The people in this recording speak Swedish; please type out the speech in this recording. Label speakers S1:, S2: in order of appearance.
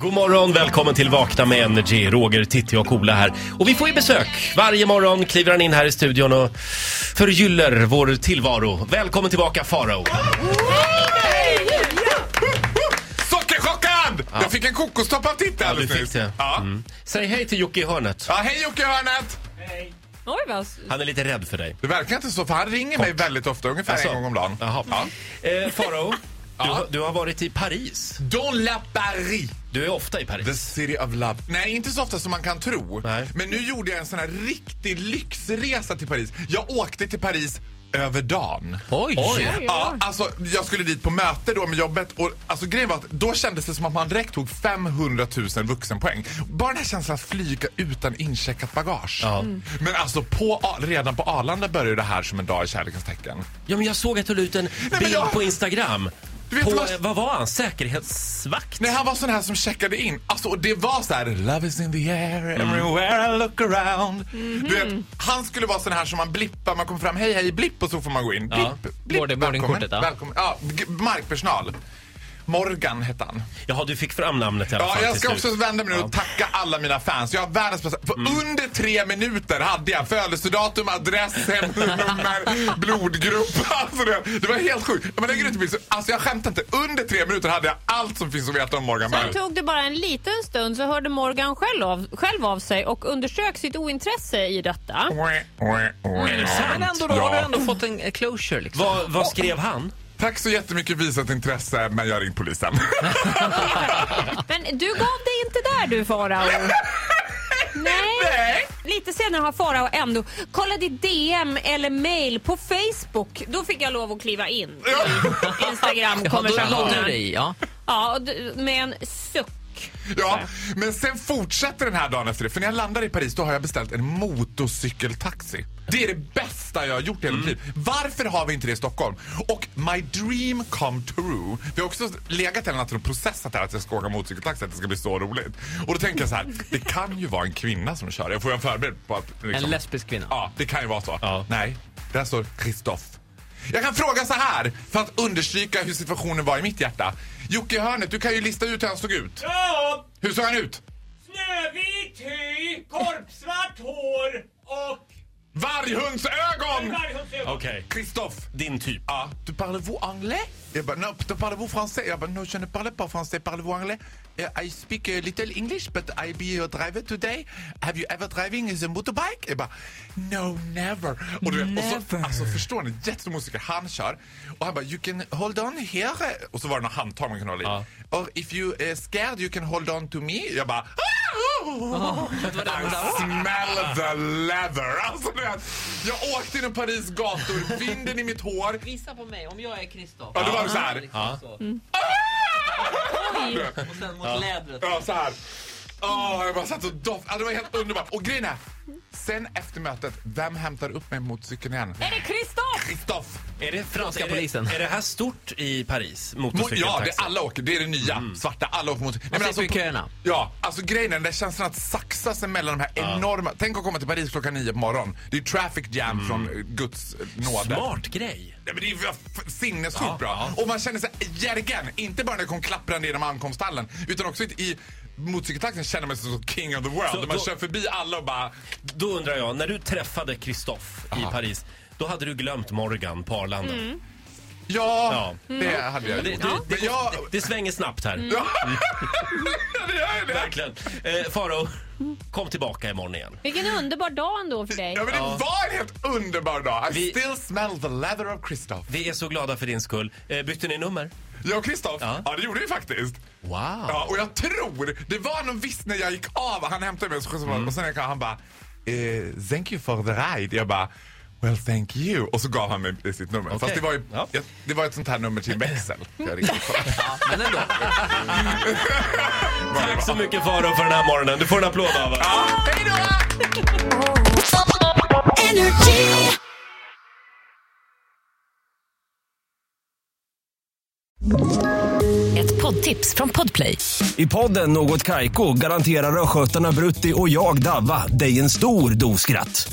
S1: God morgon, välkommen till Vakna med Energy. Roger, Titti och Ola här. Och vi får ju besök. Varje morgon kliver han in här i studion och förgyller vår tillvaro. Välkommen tillbaka Farao.
S2: Sockerchockad! Jag fick en kokostopp av Titti
S1: du
S2: alldeles
S1: fick
S2: nyss.
S1: det. Mm.
S2: Ja.
S1: Säg hej till Jocke i hörnet.
S2: ja, hej Jocke Hörnet!
S3: Oj, vad...
S1: Han är lite rädd för dig.
S2: Det verkar inte så, för han ringer mig väldigt ofta, ungefär
S1: Alltså.
S2: en gång om dagen.
S1: Jaha.
S2: Ja.
S1: Eh, Farao, du,
S2: Ja.
S1: har- du har varit i Paris.
S2: Don la Paris,
S1: Du är ofta i Paris.
S2: the city of love. Nej, inte så ofta som man kan tro.
S1: Nej.
S2: Men nu gjorde jag en sån här riktig lyxresa till Paris. Jag åkte till Paris över dagen.
S1: Oj!
S2: Ja, alltså, jag skulle dit på möte då med jobbet och alltså, grejen var att då kändes det som att man direkt tog 500 000 vuxenpoäng. Bara den här känslan att flyga utan incheckat bagage.
S1: Ja.
S2: Men alltså på, A- redan på Arlanda började det här som en dag i kärlekens tecken.
S1: Ja, men jag såg att du la ut en
S2: men
S1: bild
S2: jag-
S1: på Instagram.
S2: Du vet
S1: på,
S2: vad-
S1: eh, vad var han? Säkerhetsvakt?
S2: Nej, han var sån här som checkade in. Alltså, och det var så här: love is in the air,
S4: Mm.
S2: everywhere I look around. Du
S1: Mm-hmm.
S2: vet, han skulle vara sån här som man blippar, man kommer fram, hej hej, blipp och så får man gå in. Blipp,
S4: Ja.
S2: blipp,
S4: Boarding- boardingkortet, ja.
S2: välkommen, välkommen. Ja, g- markpersonal. Morgan hette han.
S1: Jaha, du fick fram namnet i alla
S2: Ja,
S1: fall
S2: jag
S1: till
S2: ska
S1: slut.
S2: också vända mig nu och tacka alla mina fans. Jag har världens bästa... För
S4: Mm.
S2: under tre minuter hade jag födelsedatum, adress, hemnummer, blodgrupp. Alltså det, det var helt sjukt. Men lägger ut en bild så- Alltså jag skämtar inte. Under tre minuter hade jag allt som finns att veta om Morgan
S3: Sen
S2: Berg.
S3: tog det bara en liten stund så hörde Morgan själv av, själv av sig och undersök sitt ointresse i detta.
S4: Men Mm, ändå, då
S2: Ja.
S4: har du ändå fått en eh, closure liksom.
S1: Vad, vad skrev han?
S2: Tack så jättemycket för visat intresse, men jag har ringt polisen.
S3: Men du gav dig inte där du Farao. Nej.
S2: Nej.
S3: Lite senare har Farao ändå kollat i DM eller mail på Facebook. Då fick jag lov att kliva in i
S4: Ja, då la du
S3: Instagram-konversationen.
S4: dig ja.
S3: Ja, och d- med en suck.
S2: Ja, men sen fortsätter den här dagen efter det. För när jag landar i Paris då har jag beställt en motorcykeltaxi. Det är det bästa jag har gjort i hela mitt liv. Varför har vi inte det i Stockholm? Och my dream come true. Vi har också legat hela natten och processat det här att jag ska åka motorcykeltaxi, att det ska bli så roligt. Och då tänker jag så här, det kan ju vara en kvinna som kör. Jag får ju en förberedd på att... liksom-
S4: En lesbisk kvinna.
S2: Ja, det kan ju vara så.
S1: Ja.
S2: Nej, där står Kristoff. Jag kan fråga så här för att understryka hur situationen var i mitt hjärta. Jocke Hörnet, du kan ju lista ut hur han såg ut.
S5: Ja,
S2: Hur såg han ut?
S5: snövit hy, korpsvart hår och
S2: Varghundsögon!
S5: varghundsögon.
S1: Okej.
S2: Kristoff!
S1: Din typ.
S2: Ja, du parlez-vous anglais? Jag bara, Eh non, tu parlez-vous français? Jag bara, non, je ne parle pas français, parlez-vous anglais? Eh, I speak a little English, but I be a driver today. Have you ever driving as a motorbike? Jag bara, no, never. Och du vet, och så,
S4: Never.
S2: alltså förstår ni? Jättestor musiker, han kör. Och han bara, you can hold on here. Och så var det några handtag man kunde hålla i. Or if you eh, scared you can hold on to me. Jag bara, "Ah!" I smell the leather! Alltså, du vet, jag åkte genom Paris gator, vinden i mitt hår.
S4: Visa på mig om jag är Kristoff.
S2: Ja, då var det så här.
S4: Liksom så. Och sen mot lädret.
S2: Ja, så här. Åh, jag bara satt och doft. Ja, det var helt underbart. Och grejen är, sen efter mötet, vem hämtar upp mig mot cykeln igen?
S3: Är det Kristoff?
S2: Kristoff!
S1: Är det franska är det,
S4: polisen.
S1: Är det här stort i Paris?
S2: Mo- Ja, det
S1: Motorcykeltaxi?
S2: är alla åker. Det är det nya.
S1: Mm.
S2: Svarta, alla åker mot... Nej,
S4: slipper ju
S2: på-
S4: köerna.
S2: Ja, alltså grejen är den där känslan att saxa sig mellan de här enorma... Tänk att komma till Paris klockan nio på morgonen. Det är traffic jam från eh, Guds eh, nåde.
S1: Mm. Smart grej.
S2: Nej, men det är ju f- sinnessjukt bra. Och man känner sig järgen. Inte bara när det kom klapprande genom ankomsthallen utan också i motorcykeltaxin känner man sig som king of the world.
S1: Så
S2: man
S1: då-
S2: kör förbi alla och bara...
S1: Då undrar jag, när du träffade Kristoff i Paris, då hade du glömt Morgan på Arlanda.
S2: Ja, det hade jag
S1: Mm. Det,
S2: gjort.
S1: det, det,
S2: men jag...
S1: det svänger snabbt här.
S2: Ja, det gör ju det.
S1: Verkligen. Eh, Faro, kom tillbaka imorgon igen.
S3: Vilken underbar dag ändå för dig.
S2: Ja, men det var en helt underbar dag. I
S1: Vi-
S2: still smell the leather of Christoph.
S1: Vi är så glada för din skull. Eh, bytte ni nummer?
S2: Jag och Christoph,
S1: Ja.
S2: ja. det gjorde vi faktiskt.
S1: Wow.
S2: Ja, och jag tror, det var någon viss när jag gick av, han hämtade mig och så skjutsade
S1: Mm.
S2: han- och sen när jag kom, han bara eh, “Thank you for the ride”. Jag bara “Well, thank you” och så gav han mig sitt nummer.
S1: Okej.
S2: Fast det var, ju,
S1: Ja.
S2: jag, det var ett sånt här nummer till en växel. Jag ringde på.
S4: Ja, men ändå.
S1: Tack så mycket Faro för den här morgonen. Du får en applåd av oss.
S2: Ja, hej då!
S6: Ett poddtips från Podplay.
S7: I podden Något Kaiko garanterar östgötarna Brutti och jag, Davva, dig en stor dos skratt.